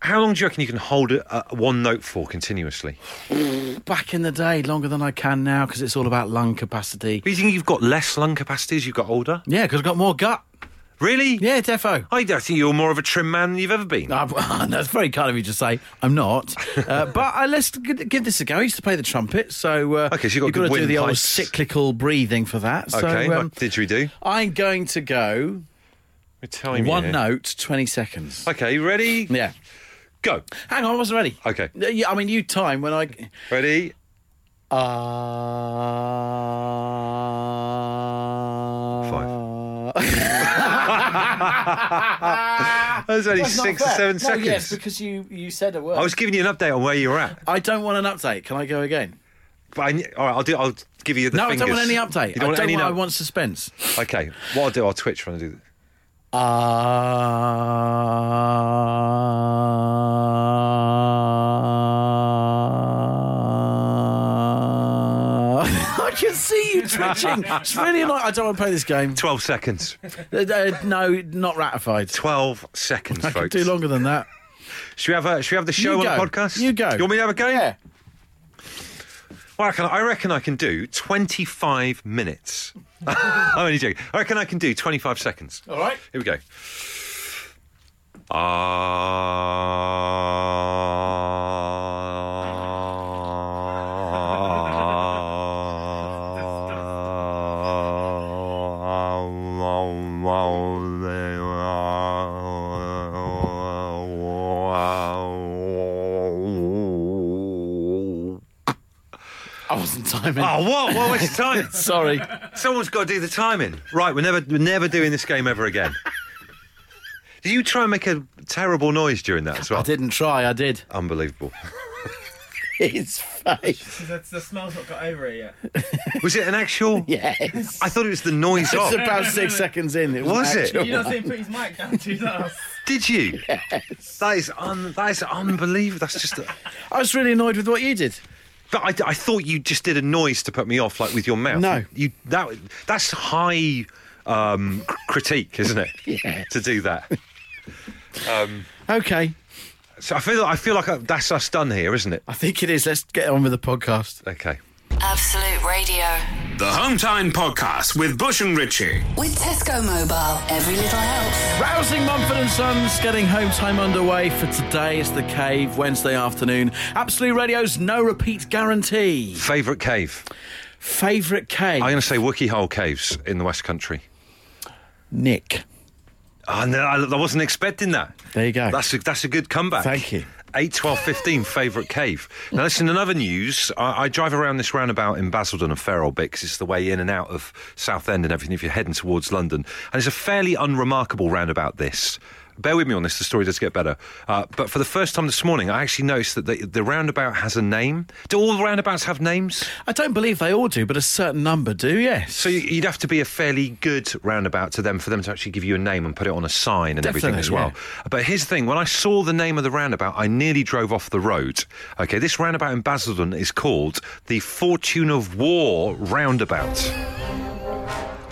How long do you reckon you can hold a, a one note for continuously? Back in the day, longer than I can now because it's all about lung capacity. Do you think you've got less lung capacity as you got older? Yeah, because I've got more gut. Really? Yeah, defo. I, I think you're more of a trim man than you've ever been. Uh, that's very kind of you to say. I'm not, uh, but uh, let's g- give this a go. I used to play the trumpet, so uh, Okay, so you've got good to do wind the old pipes. cyclical breathing for that. okay, so um, what did you do? I'm going to go You're telling me one here. note, twenty seconds. Okay, ready? Yeah, Go. hang on, I wasn't ready. Okay. Uh, yeah, I mean, you time when I. Ready? Uh... That was only That's not six or fair. seven No, seconds. Yes, because you you said a word. I was giving you an update on where you're at. I don't want an update. Can I go again? But I, all right, I'll do. I'll give you the. No, fingers. I don't want any update. You don't I want don't any. want, I no- want suspense. Uh, Okay, what I'll do, I'll twitch when I do. I can see you twitching. It's really annoying. I don't want to play this game. Twelve seconds. Uh, uh, no, not ratified. Twelve seconds, I could folks. do longer than that. Should we have a? Should we have the show You on go. the podcast? You go. You want me to have a go? Yeah. Well, I, can, I reckon I can do twenty-five minutes. I'm only joking. I reckon I can do twenty-five seconds. All right. Here we go. Oh, I wasn't timing. what? What was time? Sorry. Someone's got to do the timing. Right, we're never we're never doing this game ever again. Did you try and make a terrible noise during that as I well? didn't try. I did. Unbelievable. His face. The, the smell's not got over it yet. Was it an actual? Yes. I thought it was the noise It's off. about six seconds in. It Oh. Was it? actual- You not see him put his mic down too fast. Did you? That is un- that is unbelievable. That's just. A- I was really annoyed with what you did. but I, I thought you just did a noise to put me off, like with your mouth. No. you that that's high um, cr- critique, isn't it? Yeah. To do that. Okay. So I feel I feel like I, that's us done here, isn't it? I think it is. Let's get on with the podcast. Okay. Absolute Radio. The Hometown Podcast with Bush and Richie. With Tesco Mobile, every little helps. Rousing Mumford and Sons, getting home time underway for today. It's the Cave Wednesday afternoon. Absolute Radio's no repeat guarantee. Favorite cave. Favorite cave, I'm going to say Wookiee Hole Caves in the West Country. Nick. Oh, no, I, I wasn't expecting that. There you go. That's a, that's a good comeback. Thank you. 8, 12, 15, favourite cave. Now, listen, in other news, I, I drive around this roundabout in Basildon and Ferrolbix. It's the way in and out of Southend and everything if you're heading towards London. And it's a fairly unremarkable roundabout, this. Bear with me on this, the story does get better. Uh, but for the first time this morning, I actually noticed that the, the roundabout has a name. Do all roundabouts have names? I don't believe they all do, but a certain number do, yes. So you- you'd have to be a fairly good roundabout to them for them to actually give you a name and put it on a sign and everything Definitely, as well. But here's the thing: when I saw the name of the roundabout, I nearly drove off the road. Okay, this roundabout in Basildon is called the Fortune of War Roundabout.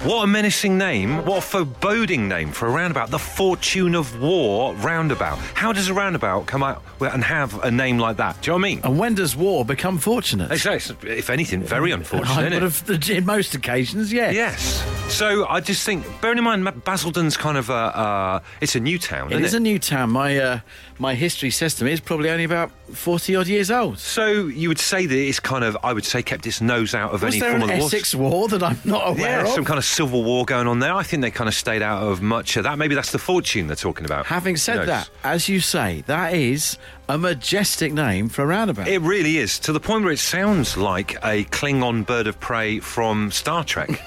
What a menacing name! What a foreboding name for a roundabout. The Fortune of War Roundabout. How does a roundabout come out with- and have a name like that? Do you know what I mean? and when does war become fortunate? It's- it's, if anything, very unfortunate. I isn't it? would have, in most occasions, yes. Yes. So I just think, bearing in mind, Ma- Basildon's kind of a, uh, it's a new town, It isn't is it? a new town. My uh, my history system is probably only about forty odd years old. so you would say that it's kind of, I would say, kept its nose out of Was any there form an of war. Essex war that I'm not aware Yeah, of? some kind of civil war going on there. I think they kind of stayed out of much of that. Maybe that's the fortune they're talking about. Having Who said knows? that, as you say, that is a majestic name for a roundabout. It really is to the point where it sounds like a Klingon bird of prey from Star Trek.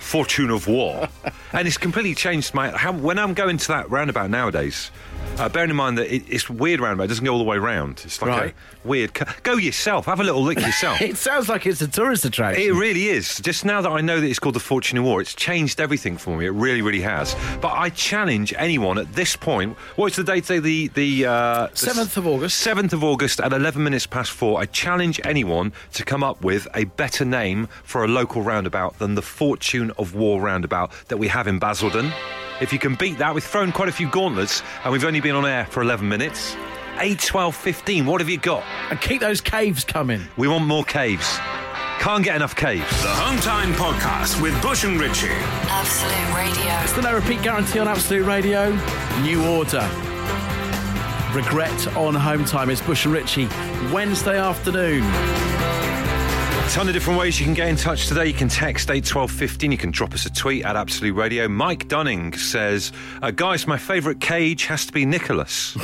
Fortune of War, and it's completely changed my. How, when I'm going to that roundabout nowadays, uh, bearing in mind that it, it's a weird roundabout, it doesn't go all the way round. It's like Right. a weird. cu- Go yourself, have a little look yourself. It sounds like it's a tourist attraction. It really is. Just now that I know that it's called The Fortune of War, it's changed everything for me. It really, really has. But I challenge anyone at this point. What's the date today? The the uh, the 7th of August. 7th of August at 11 minutes past four. I challenge anyone to come up with a better name for a local roundabout than the Fortune of War roundabout that we have in Basildon. If you can beat that, we've thrown quite a few gauntlets and we've only been on air for 11 minutes. 8, 12, 15. What have you got? And keep those caves coming. We want more caves. Can't get enough caves. The Hometown Podcast with Bush and Ritchie. Absolute Radio. The no repeat guarantee on Absolute Radio. New order. Regret on home time. It's Bush and Ritchie. Wednesday afternoon. A ton of different ways you can get in touch today. You can text 8, 12, 15. You can drop us a tweet at Absolute Radio. Mike Dunning says, uh, Guys, my favourite cage has to be Nicholas.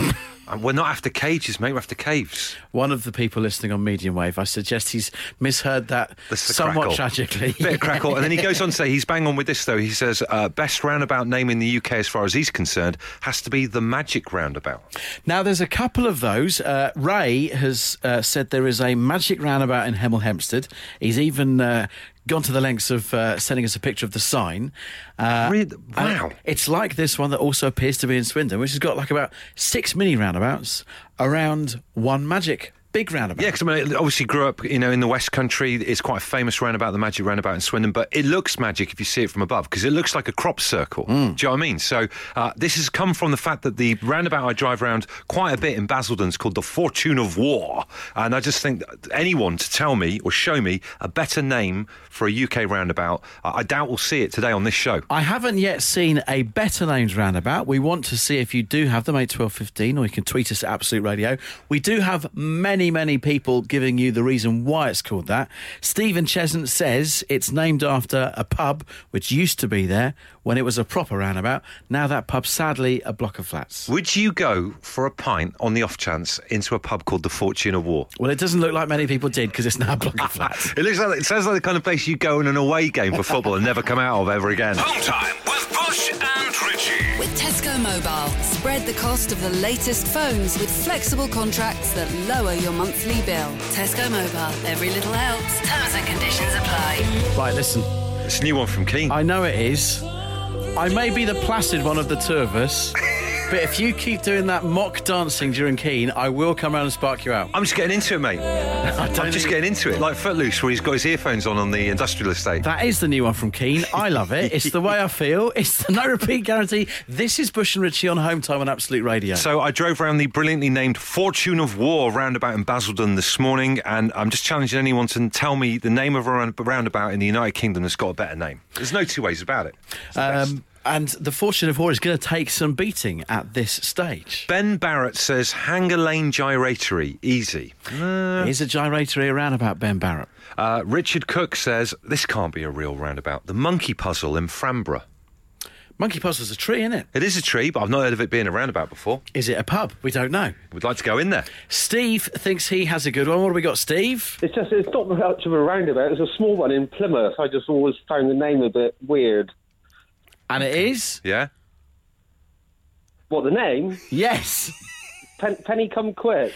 And We're not after cages, mate. We're after caves. One of the people listening on Medium Wave, I suggest he's misheard that This is a somewhat crackle. tragically. Bit of crackle. And then he goes on to say, he's bang on with this, though. He says, uh, best roundabout name in the UK, as far as he's concerned, has to be the Magic Roundabout. Now, there's a couple of those. Uh, Ray has uh, said there is a magic roundabout in Hemel Hempstead. He's even uh, gone to the lengths of uh, sending us a picture of the sign. Uh, Re- and wow. it- It's like this one that also appears to be in Swindon, which has got like about six mini roundabouts around one magic big roundabout. Yeah, because I mean, I obviously grew up, you know, in the West Country. It's quite a famous roundabout, the Magic Roundabout in Swindon. But it looks magic if you see it from above because it looks like a crop circle. Do you know what I mean? So uh, this has come from the fact that the roundabout I drive around quite a bit in Basildon's called the Fortune of War, and I just think that anyone to tell me or show me a better name for a UK roundabout, I, I doubt we'll see it today on this show. I haven't yet seen a better named roundabout. We want to see if you do have them, 81215, or you can tweet us at Absolute Radio. We do have many, many people giving you the reason why it's called that. Stephen Chesant says it's named after a pub which used to be there when it was a proper roundabout. Now that pub's sadly a block of flats. Would you go for a pint on the off chance into a pub called the Fortune of War? Well, it doesn't look like many people did because it's now a block of flats. It looks like it sounds like the kind of place you go in an away game for football and never come out of ever again. Hometime with Bush and Ritchie. With Tesco Mobile, spread the cost of the latest phones with flexible contracts that lower your monthly bill. Tesco Mobile, every little helps. Terms and conditions apply. Right, listen, It's a new one from Keane. I know it is. I may be the placid one of the two of us, but if you keep doing that mock dancing during Keen, I will come round and spark you out. I'm just getting into it, mate. I don't I'm just think- getting into it. Like Footloose, where he's got his earphones on on the industrial estate. That is the new one from Keen. I love it. It's the way I feel. It's the no repeat guarantee. This is Bush and Ritchie on Home Time on Absolute Radio. So I drove round the brilliantly named Fortune of War roundabout in Basildon this morning, and I'm just challenging anyone to tell me the name of a round- roundabout in the United Kingdom that's got a better name. There's no two ways about it. It's the best. um, and the fortune of war is going to take some beating at this stage. Ben Barrett says Hanger Lane Gyratory, easy. Here's a gyratory around about Ben Barrett. Uh, Richard Cook says this can't be a real roundabout. The monkey puzzle in Framborough. Monkey Puzzle's a tree, isn't it? It is a tree, but I've not heard of it being a roundabout before. Is it a pub? We don't know. We'd like to go in there. Steve thinks he has a good one. What have we got, Steve? It's just it's not much of a roundabout. It's a small one in Plymouth. I just always found the name a bit weird. And it is? Yeah. What the name? Yes. Pen, penny come quick.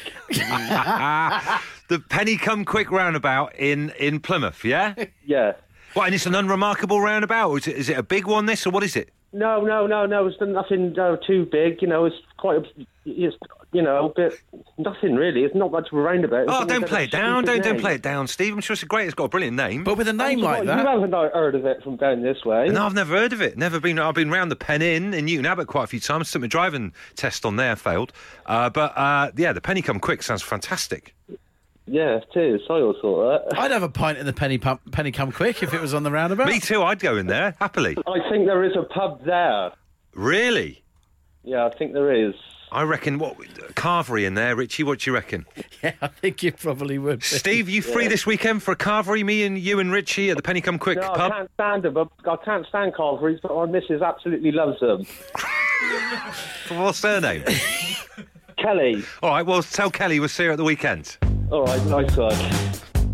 The Penny Come Quick roundabout in, in Plymouth, yeah? Yeah. what, and it's an unremarkable roundabout? Or Is it, is it a big one, this, or what is it? No, no, no, no. It's nothing uh, too big. You know, it's quite. a- It's you know, a bit nothing really. It's not much of a roundabout. Oh, don't play it down. Don't, don't play it down, Steve. I'm sure it's a great, it's got a brilliant name. But with a name like you that, haven't heard of it from down this way. no, I've never heard of it. Never been. I've been round the Pen Inn in Newton Abbott quite a few times. Took my driving test on there, failed. Uh, but uh, yeah, the Penny Come Quick sounds fantastic. Yeah, it is. I always thought that. I'd have a pint in the penny pump, penny come quick if it was on the roundabout. Me too. I'd go in there happily. I think there is a pub there. Really? Yeah, I think there is. I reckon what carvery in there, Richie. What do you reckon? Yeah, I think you probably would. be. Steve, you free this weekend for a carvery? Me and you and Richie at the Penny Come Quick No, I pub. can't stand them. but I can't stand Carveries, but my missus absolutely loves them. What's their name? Kelly. All right. Well, tell Kelly we'll see her at the weekend. All right, nice one.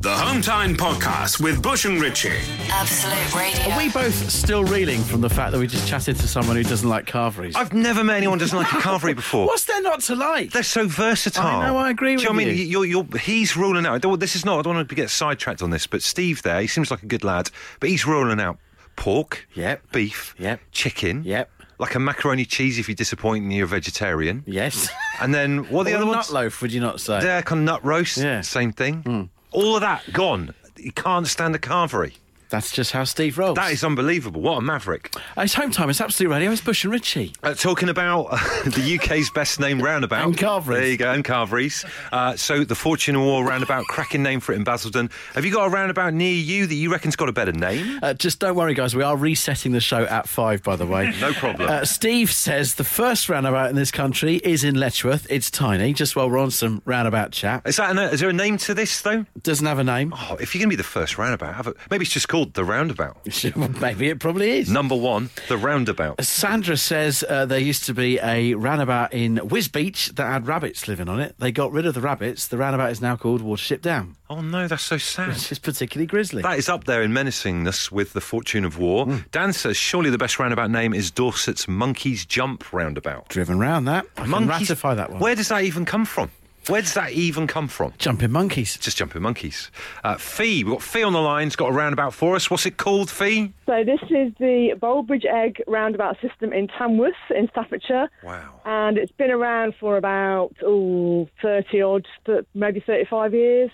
The Hometown Podcast with Bush and Ritchie. Absolute Radio. Are we both still reeling from the fact that we just chatted to someone who doesn't like carveries? I've never met anyone who doesn't like a carvery before. What's there not to like? They're so versatile. I know, I agree Do you. Know with what I you. mean, you're, you're, he's ruling out. I don't- This is not. I don't want to get sidetracked on this, but Steve, there, he seems like a good lad, but he's ruling out pork, Yep. beef, Yep. chicken, Yep. like a macaroni cheese if you're disappointed and you're a vegetarian, Yes. and then what are the Or other a ones? nut loaf, would you not say? There, kind of nut roast, Yeah. Hmm. same thing. All of that gone. You can't stand a carvery. That's just how Steve rolls. Uh, That is unbelievable. What a maverick. It's home time. It's Absolute Radio. It's Bush and Ritchie. Uh, talking about the UK's best named roundabout. And Carveries. There you go, and Carveries. Uh, so the Fortune and War roundabout, cracking name for it in Basildon. Have you got a roundabout near you that you reckon's got a better name? Uh, just don't worry, guys. We are resetting the show at five, by the way. No problem. Uh, Steve says the first roundabout in this country is in Letchworth. It's tiny. Just while we're on some roundabout chat, Is that an, uh, is there a name to this though? doesn't have a name. Oh, if you're going to be the first roundabout, have a, maybe it's just called the roundabout. Maybe it probably is. Number one, the roundabout. Sandra says uh, there used to be a roundabout in Whiz Beach that had rabbits living on it. They got rid of the rabbits. The roundabout is now called Watership Down, Oh no, that's so sad. which is particularly grisly. That is up there in menacingness with the Fortune of War. Hmm. Dan says surely the best roundabout name is Dorset's Monkey's Jump roundabout. Driven round that. I can ratify that one. Where does that even come from? Where does that even come from? Jumping monkeys. Just jumping monkeys. Uh, Fee, we've got Fee on the line's got a roundabout for us. What's it called, Fee? So this is the Bowlbridge Egg roundabout system in Tamworth in Staffordshire. Wow. And it's been around for about ooh, 30 odd, th- maybe 35 years.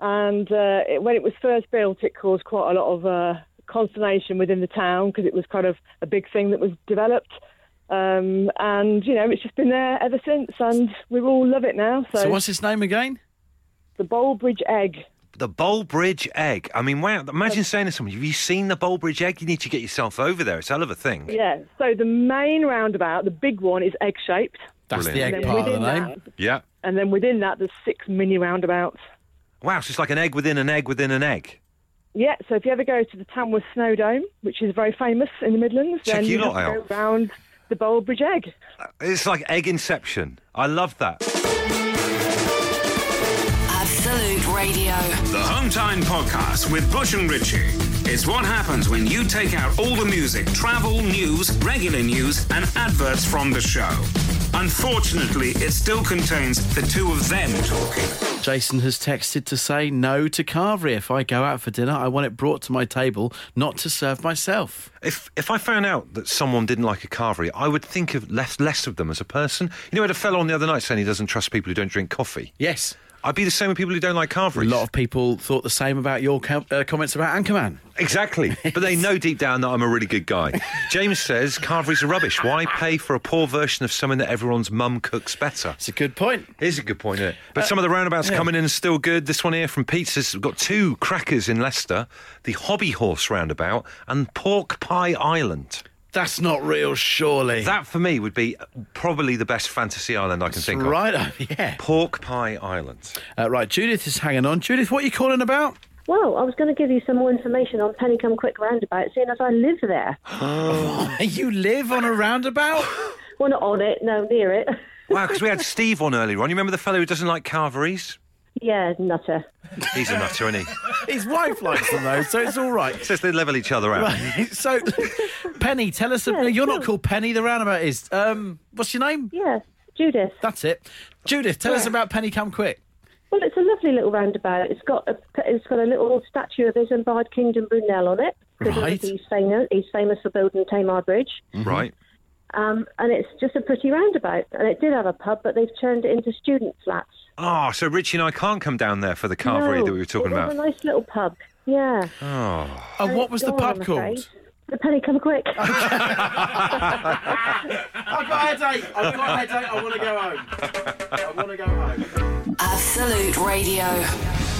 And uh, it, when it was first built, it caused quite a lot of uh, consternation within the town because it was kind of a big thing that was developed. Um, and, you know, it's just been there ever since. And we all love it now. So, So what's his name again? the Bowlbridge Egg. The Bowlbridge egg. I mean, wow. Imagine saying to someone, Have you seen the Bowlbridge egg? You need to get yourself over there. It's a hell of a thing. Yeah. So the main roundabout, the big one, is egg shaped. That's Brilliant. the egg part of the name. that, Yeah. and then within that, there's six mini roundabouts. Wow, so it's like an egg within an egg within an egg. Yeah, so if you ever go to the Tamworth Snow Dome, which is very famous in the Midlands, Check then you you lot have to out. go round the Bowlbridge Egg. It's like egg inception. I love that. Absolute Radio. The Hometown Podcast with Bush and Ritchie. It's what happens when you take out all the music, travel, news, regular news, and adverts from the show. Unfortunately, it still contains the two of them talking. Jason has texted to say no to carvery. If I go out for dinner, I want it brought to my table, not to serve myself. If if I found out that someone didn't like a carvery, I would think of less less of them as a person. You know, I had a fellow on the other night saying he doesn't trust people who don't drink coffee. Yes. I'd be the same with people who don't like A carveries. lot of people thought the same about your com- uh, comments about Anchorman. Exactly. But they know deep down that I'm a really good guy. James says carveries are rubbish. Why pay for a poor version of something that everyone's mum cooks better? It's a good point. Here's a good point, isn't it? But some of the roundabouts coming in are still good. This one here from Pizza's we've got two crackers in Leicester, the Hobby Horse roundabout and Pork Pie Island. That's not real, surely. That for me would be probably the best fantasy island I can think of. right. oh, yeah. Pork Pie Island. Uh, right. Judith is hanging on. Judith, what are you calling about? Well, I was going to give you some more information on Pennycombe Quick Roundabout, seeing as I live there. you live on a roundabout? Well, not on it, no, near it. Wow, because we had Steve on earlier on. You remember the fellow who doesn't like carveries? yeah, nutter. He's a nutter, isn't he? His wife likes them though, so it's all right. Says they level each other out. so, Penny, tell us. Yeah, you're not sure. called Penny. The roundabout is. Um, what's your name? Yeah, Judith. That's it. Judith, tell us about Penny Come Quick. Well, it's a lovely little roundabout. It's got a it's got a little statue of Isambard Kingdom Brunel on it. 'cause Right. He's famous, he's famous for building Tamar Bridge. Right. Um, and it's just a pretty roundabout. And it did have a pub, but they've turned it into student flats. Ah, so Richie and I can't come down there for the carvery No, that we were talking it was about. a nice little pub. Yeah. And Oh, what was the Gone, pub I'm called? afraid. The Penny Come Quick. I've got a headache. I've got a headache. I want to go home. I want to go home. Absolute Radio.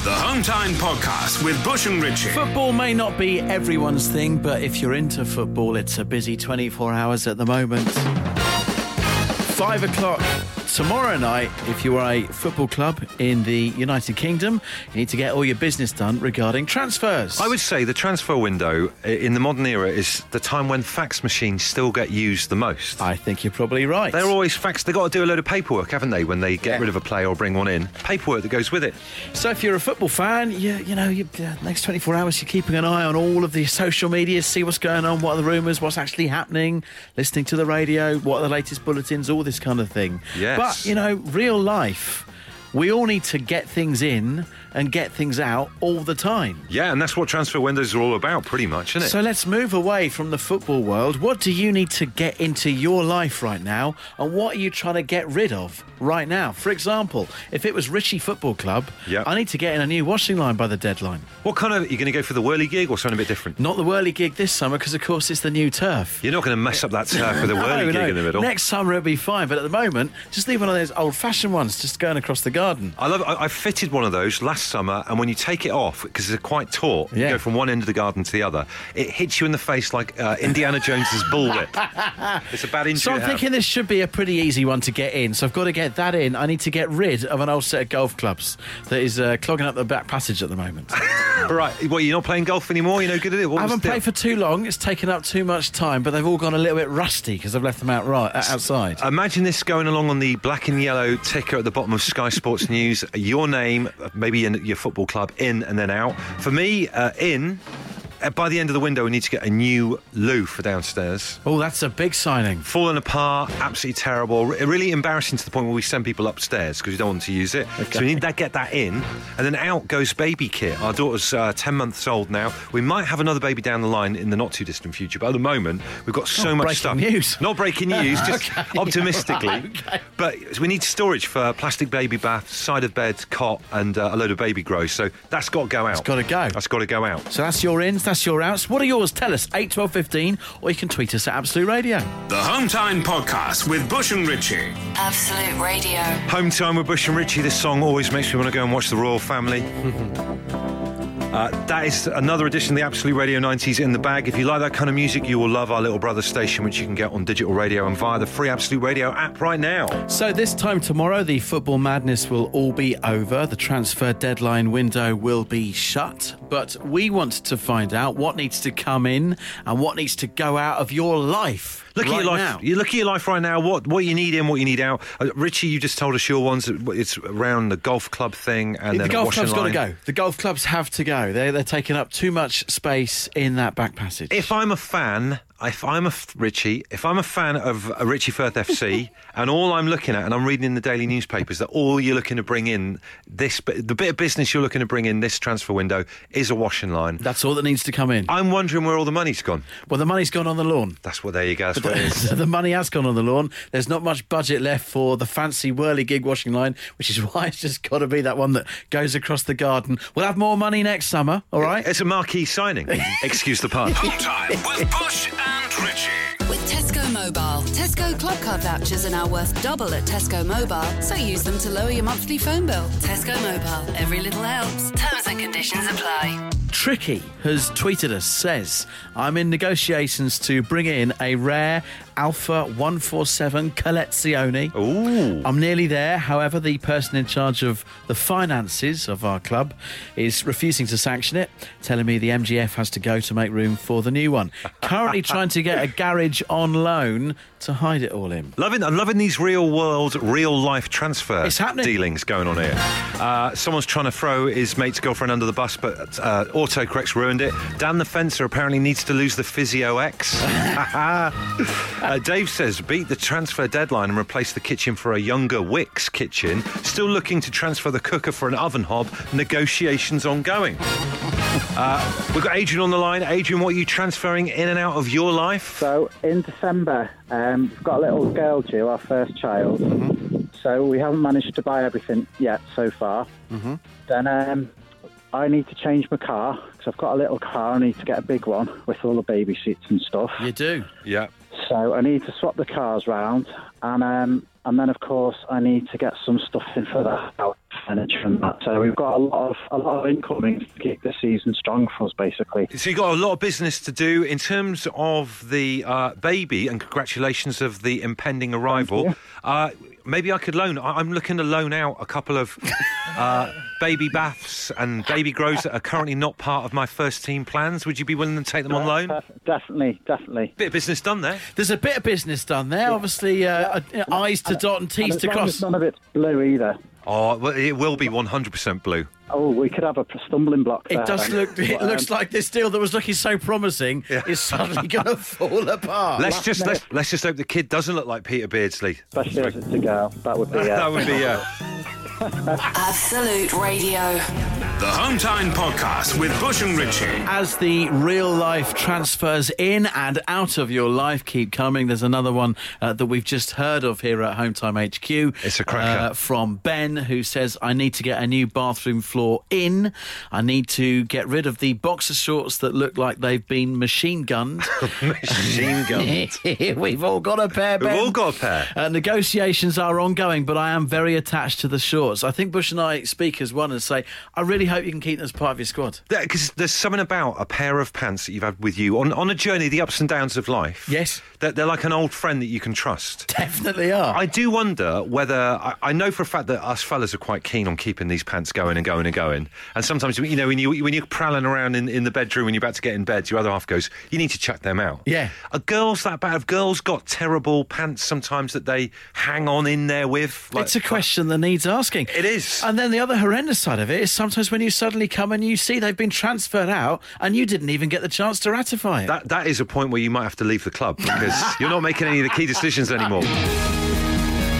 The Hometown Podcast with Bush and Ritchie. Football may not be everyone's thing, but if you're into football, it's a busy 24 hours at the moment. Five o'clock tomorrow night, if you are a football club in the United Kingdom, you need to get all your business done regarding transfers. I would say the transfer window i- in the modern era is the time when fax machines still get used the most. I think you're probably right. They're always faxed. They've got to do a load of paperwork, haven't they, when they get Yeah. rid of a player or bring one in? Paperwork that goes with it. So if you're a football fan, you, you know, you, the next 24 hours, you're keeping an eye on all of the social media, see what's going on, what are the rumours, what's actually happening, listening to the radio, what are the latest bulletins, all this kind of thing. Yes. But, you know, real life we all need to get things in and get things out all the time. Yeah, and that's what transfer windows are all about, pretty much, isn't it? So let's move away from the football world. What do you need to get into your life right now? And what are you trying to get rid of right now? For example, if it was Ritchie Football Club, Yep. I need to get in a new washing line by the deadline. what kind of are you going to go for the whirly gig or something a bit different? Not the whirly gig this summer because, of course, it's the new turf. You're not going to mess up that turf with a whirly No, gig no. in the middle. Next summer it'll be fine, but at the moment, just leave one of those old fashioned ones just going across the garden. I love. I, I fitted one of those last summer, and when you take it off because it's quite taut, Yeah. you go from one end of the garden to the other. It hits you in the face like uh, Indiana Jones's bullwhip. it's a bad injury. So to I'm have. thinking this should be a pretty easy one to get in. So I've got to get that in. I need to get rid of an old set of golf clubs that is uh, clogging up the back passage at the moment. I Right. Well, you're not playing golf anymore. You're no good at it. What was haven't the played for deal? too long. It's taken up too much time, but they've all gone a little bit rusty because I've left them out right uh, outside. Imagine this going along on the black and yellow ticker at the bottom of Sky Sports News. Your name, maybe in your football club, in and then out. For me, uh, in. uh, By the end of the window, we need to get a new loo for downstairs. Oh, that's a big signing. Fallen apart, absolutely terrible. Re- really embarrassing to the point where we send people upstairs because we don't want them to use it. So we need to get that in, and then out goes baby kit. Our daughter's uh, ten months old now. We might have another baby down the line in the not too distant future, but at the moment we've got so Oh, much breaking stuff. news. Not breaking news, just optimistically. Okay. But we need storage for plastic baby bath, side of bed, cot, and uh, a load of baby grows. So that's got to go out. It's gotta go. That's got to go out. So that's your ins, that's your outs. What are yours? Tell us, 8, 12, 15, or you can tweet us at Absolute Radio. The Hometown Podcast with Bush and Ritchie. Absolute Radio. Home time with Bush and Richie. This song always makes me want to go and watch the royal family. Uh, that is another edition of the Absolute Radio 90s in the bag. If you like that kind of music, you will love our little brother station, which you can get on digital radio and via the free Absolute Radio app right now. So, this time tomorrow, the football madness will all be over. The transfer deadline window will be shut. But we want to find out what needs to come in and what needs to go out of your life. Look right at your life. now. You look at your life right now. What what you need in, what you need out. Uh, Richie, you just told us your ones. It's around the golf club thing, and the then a golf washing club's got to line. go. The golf clubs have to go. They're, they're taking up too much space in that back passage. If I'm a fan, if I'm a f- Richie, if I'm a fan of uh, Richie Firth FC, and all I'm looking at, and I'm reading in the daily newspapers that all you're looking to bring in this, bi- the bit of business you're looking to bring in this transfer window is a washing line. That's all that needs to come in. I'm wondering where all the money's gone. Well, the money's gone on the lawn. That's what. There you go. That's what it is. the money has gone on the lawn. There's not much budget left for the fancy whirly gig washing line, which is why it's just got to be that one that goes across the garden. We'll have more money next summer, all right? It's a marquee signing. Excuse the pun. Hometown with Bush and Ritchie. With Tesco Mobile, Tesco Club Card vouchers are now worth double at Tesco Mobile, so use them to lower your monthly phone bill. Tesco Mobile, every little helps. Terms and conditions apply. Tricky has tweeted us, says, I'm in negotiations to bring in a rare Alpha 147 Collezione. Ooh. I'm nearly there. However, the person in charge of the finances of our club is refusing to sanction it, telling me the MGF has to go to make room for the new one. Currently trying to get a garage on loan to hide it all in. Loving, I'm loving these real world, real life transfer It's happening. dealings going on here. Uh, someone's trying to throw his mate's girlfriend under the bus, but uh, autocorrect's ruined it. Dan the fencer apparently needs to lose the physio X. uh, Dave says beat the transfer deadline and replace the kitchen for a younger Wicks kitchen. Still looking to transfer the cooker for an oven hob. Negotiations ongoing. Uh, we've got Adrian on the line. Adrian, what are you transferring in and out of your life? So in December, um, we've got a little girl due, our first child. So we haven't managed to buy everything yet so far. Then um, I need to change my car because I've got a little car. I need to get a big one with all the baby seats and stuff. You do. Yeah. So I need to swap the cars round, and um, and then of course I need to get some stuff in for the house furniture and that. So we've got a lot of a lot of incoming to keep the season strong for us, basically. So you've got a lot of business to do in terms of the uh, baby, and congratulations of the impending arrival. Uh, maybe I could loan. I- I'm looking to loan out a couple of uh, baby baths and baby grows that are currently not part of my first team plans. Would you be willing to take them on loan? Def- Definitely, definitely. Bit of business done there. There's a bit of business done there. Obviously, uh, uh, I's to dot and And T's as to long cross. as None of it's blue either. Oh, well, it will be 100% blue. Oh, we could have a stumbling block. There, It does then. look. It But, um, looks like this deal that was looking so promising is suddenly going to fall apart. Let's just let's, let's just hope the kid doesn't look like Peter Beardsley. especially as it's a girl, that would be. Uh, That would be yeah. Absolute Radio. The Hometown Podcast with Bush and Ritchie. As the real life transfers in and out of your life keep coming, there's another one uh, that we've just heard of here at Hometime HQ. It's a cracker. from Ben, who says, I need to get a new bathroom floor in. I need to get rid of the boxer shorts that look like they've been machine gunned. Machine gun. We've all got a pair, We've Ben. all got a pair. Uh, negotiations are ongoing, but I am very attached to the shorts. I think Bush and I speak as one and say, I really hope you can keep them as part of your squad. Because there's something about a pair of pants that you've had with you on, on a journey, the ups and downs of life. Yes. That they're like an old friend that you can trust. Definitely are. I do wonder whether I, I know for a fact that us fellas are quite keen on keeping these pants going and going and going. And sometimes, you know, when, you, when you're prowling around in, in the bedroom and you're about to get in bed, your other half goes, "You need to chuck them out." Yeah. Are girls that bad? Have girls got terrible pants sometimes that they hang on in there with? Like- it's a question Uh, that needs asking. It is. And then the other horrendous side of it is sometimes when you suddenly come and you see they've been transferred out and you didn't even get the chance to ratify it. That, that is a point where you might have to leave the club because you're not making any of the key decisions anymore.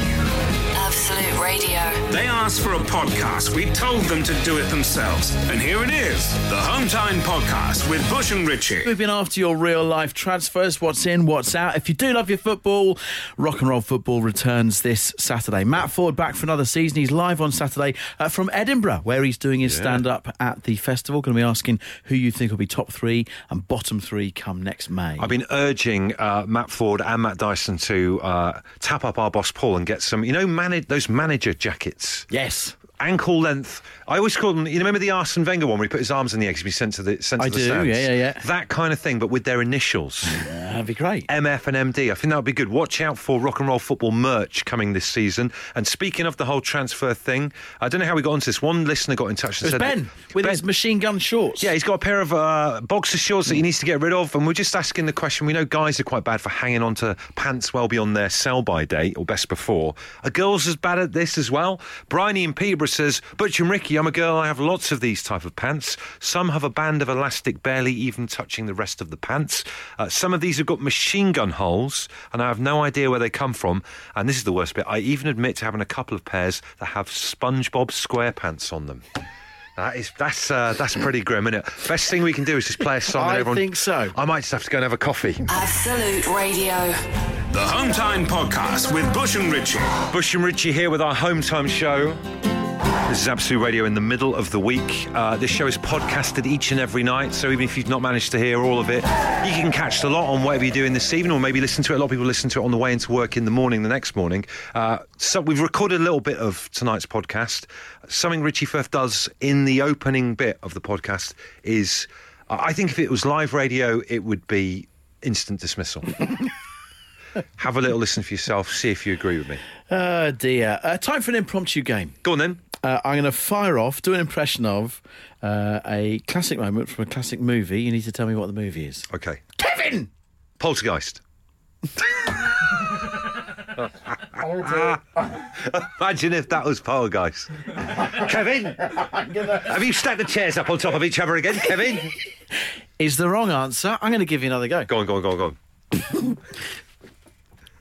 Absolute Radio. They asked for a podcast. We told them to do it themselves. And here it is The Hometown Podcast with Bush and Ritchie. We've been after your real life transfers, what's in, what's out. If you do love your football, rock and roll football returns this Saturday. Matt Ford back for another season. He's live on Saturday uh, from Edinburgh, where he's doing his stand up at the festival. Going to be asking who you think will be top three and bottom three come next May. I've been urging uh, Matt Ford and Matt Dyson to uh, tap up our boss Paul and get some, you know, manage those manager jackets. yes. ankle length. I always call them. You remember the Arsene Wenger one where he put his arms in the eggs and he sent to the sent to I the do, stands? yeah, yeah, yeah. That kind of thing, but with their initials, Uh, That'd be great. MF and MD. I think that would be good. Watch out for rock and roll football merch coming this season. And speaking of the whole transfer thing, I don't know how we got onto this. One listener got in touch and It said was that- Ben with Ben- his machine gun shorts. yeah, he's got a pair of uh, boxer shorts that he needs to get rid of, and we're just asking the question. We know guys are quite bad for hanging on to pants well beyond their sell-by date or best before. Are girls as bad at this as well? Bryony in Peterborough says, "Butch and Ricky, I'm a girl. I have lots of these type of pants. Some have a band of elastic barely even touching the rest of the pants. Uh, some of these have got machine gun holes, and I have no idea where they come from. And this is the worst bit. I even admit to having a couple of pairs that have SpongeBob SquarePants on them." That is that's uh, that's pretty grim, isn't it? Best thing we can do is just play a song. I and everyone, think so. I might just have to go and have a coffee. Absolute Radio. The Hometown Podcast with Bush and Ritchie. Bush and Richie here with our home time show. This is Absolute Radio in the middle of the week. Uh, this show is podcasted each and every night, so even if you've not managed to hear all of it, you can catch the lot on whatever you're doing this evening, or maybe listen to it. A lot of people listen to it on the way into work in the morning, the next morning. Uh, so we've recorded a little bit of tonight's podcast. Something Richie Firth does in the opening bit of the podcast is, I I think if it was live radio, it would be instant dismissal. Have a little listen for yourself, see if you agree with me. Oh dear. Uh, time for an impromptu game. Go on then. Uh, I'm going to fire off, do an impression of uh, a classic moment from a classic movie. You need to tell me what the movie is. Okay. Kevin! Poltergeist. Imagine if that was Poltergeist. Kevin! Have you stacked the chairs up on top of each other again, Kevin? Is the wrong answer. I'm going to give you another go. go on, go on, go on, go on.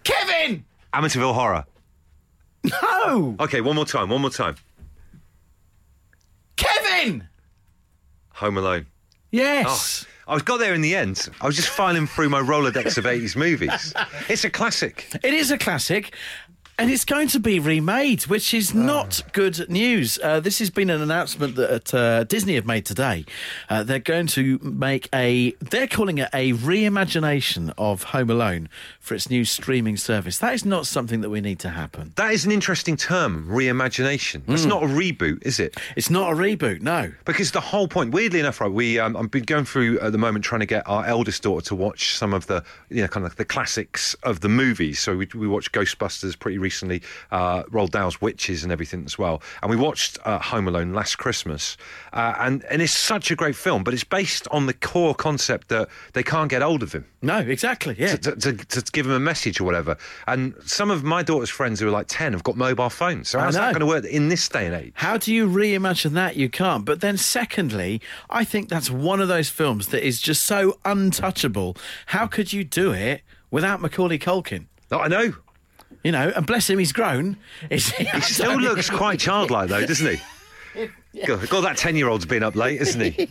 Kevin! Amateurville Horror. No! Okay, one more time, one more time. Kevin! Home Alone. Yes. I was got there in the end. I was just filing through my Rolodex of 80s movies. It's a classic. It is a classic. And it's going to be remade, which is not good news. Uh, this has been an announcement that uh, Disney have made today. Uh, they're going to make a, they're calling it a reimagination of Home Alone for its new streaming service. That is not something that we need to happen. That is an interesting term, reimagination. That's not a reboot, is it? It's not a reboot, no. Because the whole point, weirdly enough, right? We um, I've been going through at the moment trying to get our eldest daughter to watch some of the you know kind of the classics of the movies. So we, we watched Ghostbusters pretty recently, uh, Roald Dahl's Witches and everything as well. And we watched uh, Home Alone last Christmas, uh, and and it's such a great film, but it's based on the core concept that they can't get hold of him No, exactly, yeah. to, to, to give him a message or whatever. And some of my daughter's friends who are like ten have got mobile phones. So I how's know. that going to work in this day and age? How do you reimagine that? You can't. But then, secondly, I think that's one of those films that is just so untouchable. How could you do it without Macaulay Culkin? Oh, I know. You know, and bless him, he's grown. It's, He still looks quite childlike, though, doesn't he? God, God, that 10 year old's been up late, isn't he?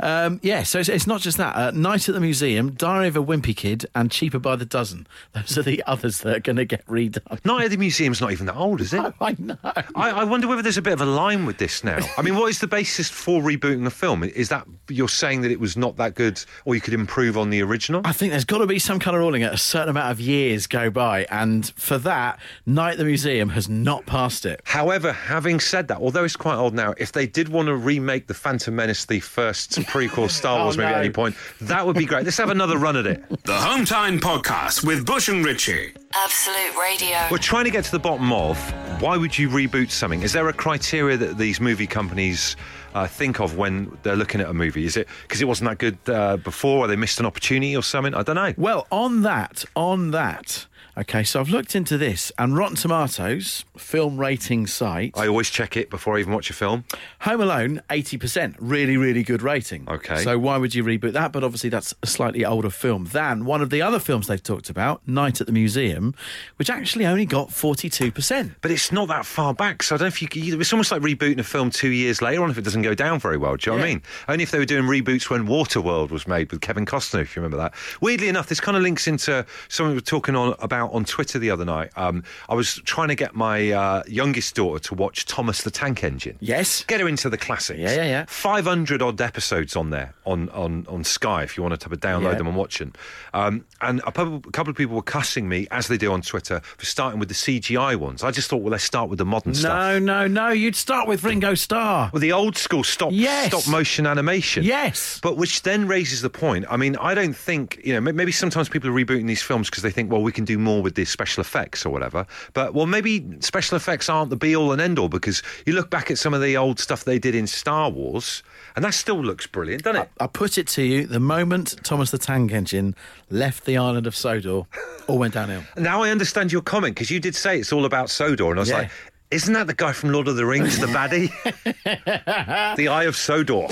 Um, yeah, so it's, it's not just that. Uh, Night at the Museum, Diary of a Wimpy Kid, and Cheaper by the Dozen. Those are the others that are going to get redone. Night at the Museum's not even that old, is it? I know. I, I wonder whether there's a bit of a line with this now. I mean, what is the basis for rebooting a film? Is that you're saying that it was not that good or you could improve on the original? I think there's got to be some kind of ruling at a certain amount of years go by, and for that, Night at the Museum has not passed it. However, having said that, although it's quite old now, if they did want to remake the Phantom Menace, the first prequel Star Oh, Wars movie no. at any point, that would be great. Let's have another run at it. The Hometown Podcast with Bush and Ritchie. Absolute Radio. We're trying to get to the bottom of why would you reboot something? Is there a criteria that these movie companies uh, think of when they're looking at a movie? Is it because it wasn't that good uh, before, or they missed an opportunity or something? I don't know. Well, on that, on that. Okay, so I've looked into this, and Rotten Tomatoes, film rating site, I always check it before I even watch a film. Home Alone, 80%. Really, really good rating. Okay. So why would you reboot that? But obviously, that's a slightly older film than one of the other films they've talked about, Night at the Museum, which actually only got 42%. But it's not that far back, so I don't know if you. you- It's almost like rebooting a film two years later on if it doesn't go down very well. Do you know what I Yeah. mean? Only if they were doing reboots when Waterworld was made with Kevin Costner, if you remember that. Weirdly enough, this kind of links into something we were talking on about on Twitter the other night. Um, I was trying to get my uh, youngest daughter to watch Thomas the Tank Engine. Yes. Get her into the classics. Yeah, yeah, yeah. 500 odd episodes on there on, on, on Sky if you want to have a download Yeah. them and watch them. Um, and a, pub- a couple of people were cussing me, as they do on Twitter, for starting with the CGI ones. I just thought, well, let's start with the modern stuff. No, no, no. You'd start with Ringo Starr. Well, the old school stop Yes. stop motion animation. Yes. But which then raises the point. I mean, I don't think, you know, may- maybe sometimes people are rebooting these films because they think, well, we can do more with the special effects or whatever. But, well, maybe special effects aren't the be all and end all because you look back at some of the old stuff they did in Star Wars and that still looks brilliant, doesn't it? I put it to you the moment Thomas the Tank Engine left the island of Sodor, all went downhill. Now I understand your comment because you did say it's all about Sodor, and I was Yeah. like, isn't that the guy from Lord of the Rings, the baddie? the Eye of Sodor.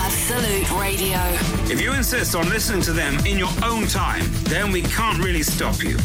Absolute Radio. If you insist on listening to them in your own time, then we can't really stop you.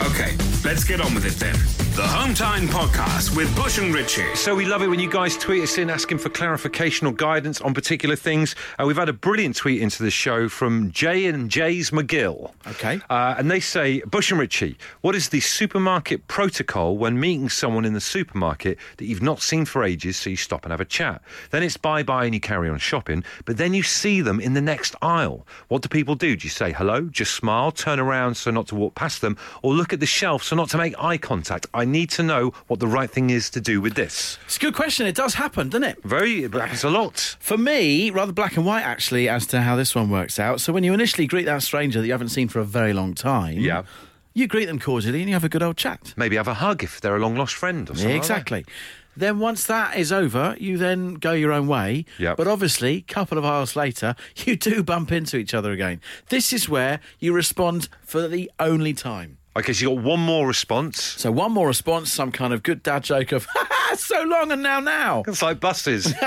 Okay, let's get on with it then. The Hometown Podcast with Bush and Ritchie. So we love it when you guys tweet us in asking for clarification or guidance on particular things. Uh, we've had a brilliant tweet into the show from Jay and Jay's McGill. Okay. Uh, and they say, Bush and Ritchie, what is the supermarket protocol when meeting someone in the supermarket that you've not seen for ages, so you stop and have a chat? Then it's bye bye and you carry on shopping, but then you see them in the next aisle. What do people do? Do you say hello, just smile, turn around so not to walk past them, or look at the shelf so not to make eye contact? I need to know what the right thing is to do with this. It's a good question. It does happen, doesn't it? Very, it happens a lot. For me, rather black and white actually as to how this one works out. So when you initially greet that stranger that you haven't seen for a very long time, Yeah. you greet them cordially and you have a good old chat. Maybe have a hug if they're a long lost friend or something. like that. exactly. Then once that is over, you then go your own way. Yep. But obviously, couple of hours later, you do bump into each other again. This is where you respond for the only time. Okay, so you got one more response. So one more response, some kind of good dad joke of so long and now now. It's like buses.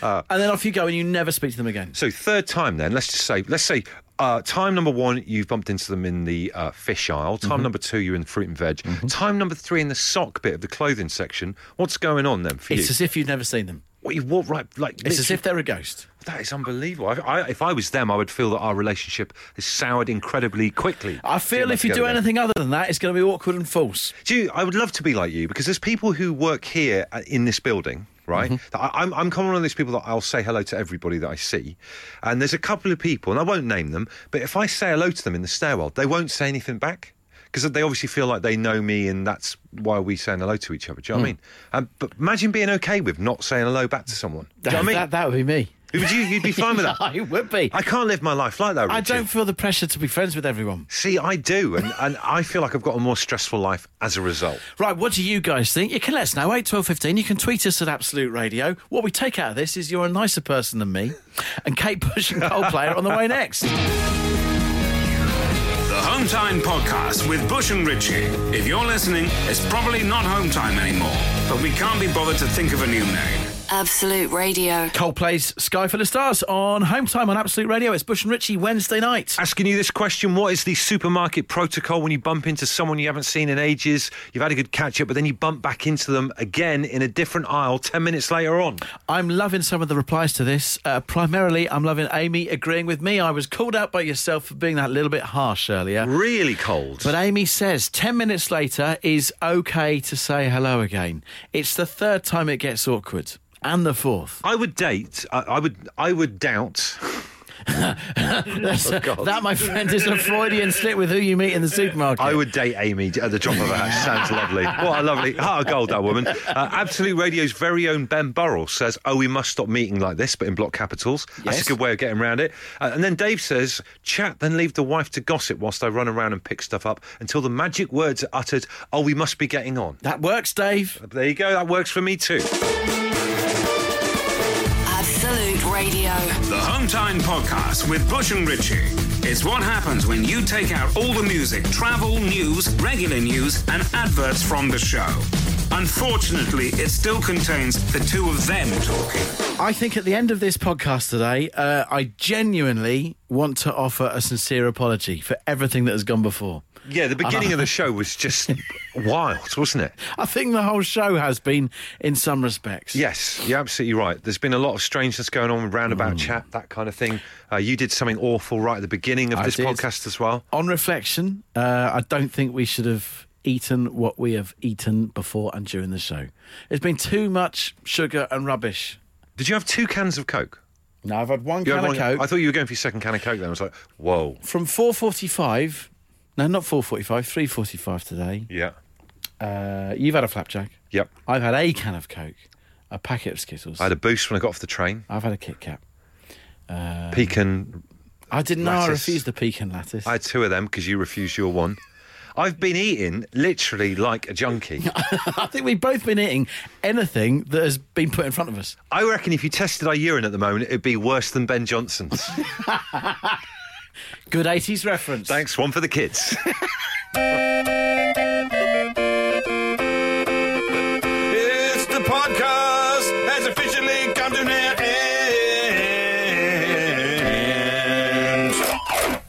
and then off you go and you never speak to them again. So third time then. Let's just say, let's say. Uh, time number one, you've bumped into them in the uh, fish aisle. Time Mm-hmm. number two, you're in the fruit and veg. Time number three, in the sock bit of the clothing section. What's going on then for It's you? as if you've never seen them. What, you walk right, like It's as literally- if they're a ghost. that is unbelievable. I, I, if I was them, I would feel that our relationship has soured incredibly quickly. I feel Getting if you together do again. anything other than that, it's going to be awkward and false. Do you, I would love to be like you because there's people who work here uh, in this building, right? Mm-hmm. That I, I'm, I'm kind of one of those people that I'll say hello to everybody that I see. And there's a couple of people, and I won't name them, but if I say hello to them in the stairwell, they won't say anything back. Because they obviously feel like they know me, and that's why we saying hello to each other. Do you know Mm. what I mean? Um, but imagine being okay with not saying hello back to someone. Do you know That, what I that, mean? that would be me. Would you, you'd be fine with that. I would be. I can't live my life like that. I Richard. don't feel the pressure to be friends with everyone. See, I do, and, and I feel like I've got a more stressful life as a result. Right, what do you guys think? You can let us know, 8, 12, 15. You can tweet us at Absolute Radio. What we take out of this is you're a nicer person than me. And Kate Bush and Coldplay are on the way next. The Hometown Podcast with Bush and Ritchie. If you're listening, it's probably not Hometown anymore, but we can't be bothered to think of a new name. Absolute Radio. Coldplay's Sky for the Stars on Home Time on Absolute Radio. It's Bush and Richie Wednesday night. Asking you this question What is the supermarket protocol when you bump into someone you haven't seen in ages? You've had a good catch up, but then you bump back into them again in a different aisle 10 minutes later on. I'm loving some of the replies to this. Uh, primarily, I'm loving Amy agreeing with me. I was called out by yourself for being that little bit harsh earlier. Really cold. But Amy says 10 minutes later is okay to say hello again. It's the third time it gets awkward, and the fourth. I would date, I, I would I would doubt. That's- that, my friend, is a Freudian slip with who you meet in the supermarket. I would date Amy at the drop of a hat. Sounds lovely. What a lovely heart of gold that woman. Uh, Absolute Radio's very own Ben Burrell says, "Oh, we must stop meeting like this," but in block capitals. That's Yes. a good way of getting around it. Uh, and then Dave says, "Chat, then leave the wife to gossip whilst I run around and pick stuff up until the magic words are uttered. Oh, we must be getting on." That works, Dave. There you go. That works for me too. Absolute Radio. The Hometown Podcast with Bush and Ritchie. It's what happens when you take out all the music, travel, news, regular news, and adverts from the show. Unfortunately, it still contains the two of them talking. I think at the end of this podcast today, uh, I genuinely want to offer a sincere apology for everything that has gone before. Yeah, the beginning of the show was just wild, wasn't it? I think the whole show has been, in some respects. Yes, you're absolutely right. There's been a lot of strangeness going on with Hmm. roundabout chat, that kind of thing. Uh, you did something awful right at the beginning of I this did. podcast as well. On reflection, uh, I don't think we should have eaten what we have eaten before and during the show. It's been too much sugar and rubbish. Did you have two cans of Coke? Now I've had one You had can one- of Coke. I thought you were going for your second can of Coke then. I was like, whoa. from 4.45 no not 4.45 3.45 today Yeah. uh, you've had a flapjack Yep. i've had a can of coke a packet of skittles I had a boost when I got off the train. i've had a kit kat Um. Pecan. i didn't know i Lattice. refused the pecan lattice I had two of them because you refused your one. I've been eating literally like a junkie. I think we've both been eating anything that has been put in front of us I reckon if you tested our urine at the moment, it'd be worse than Ben Johnson's. good 80s reference Thanks, one for the kids.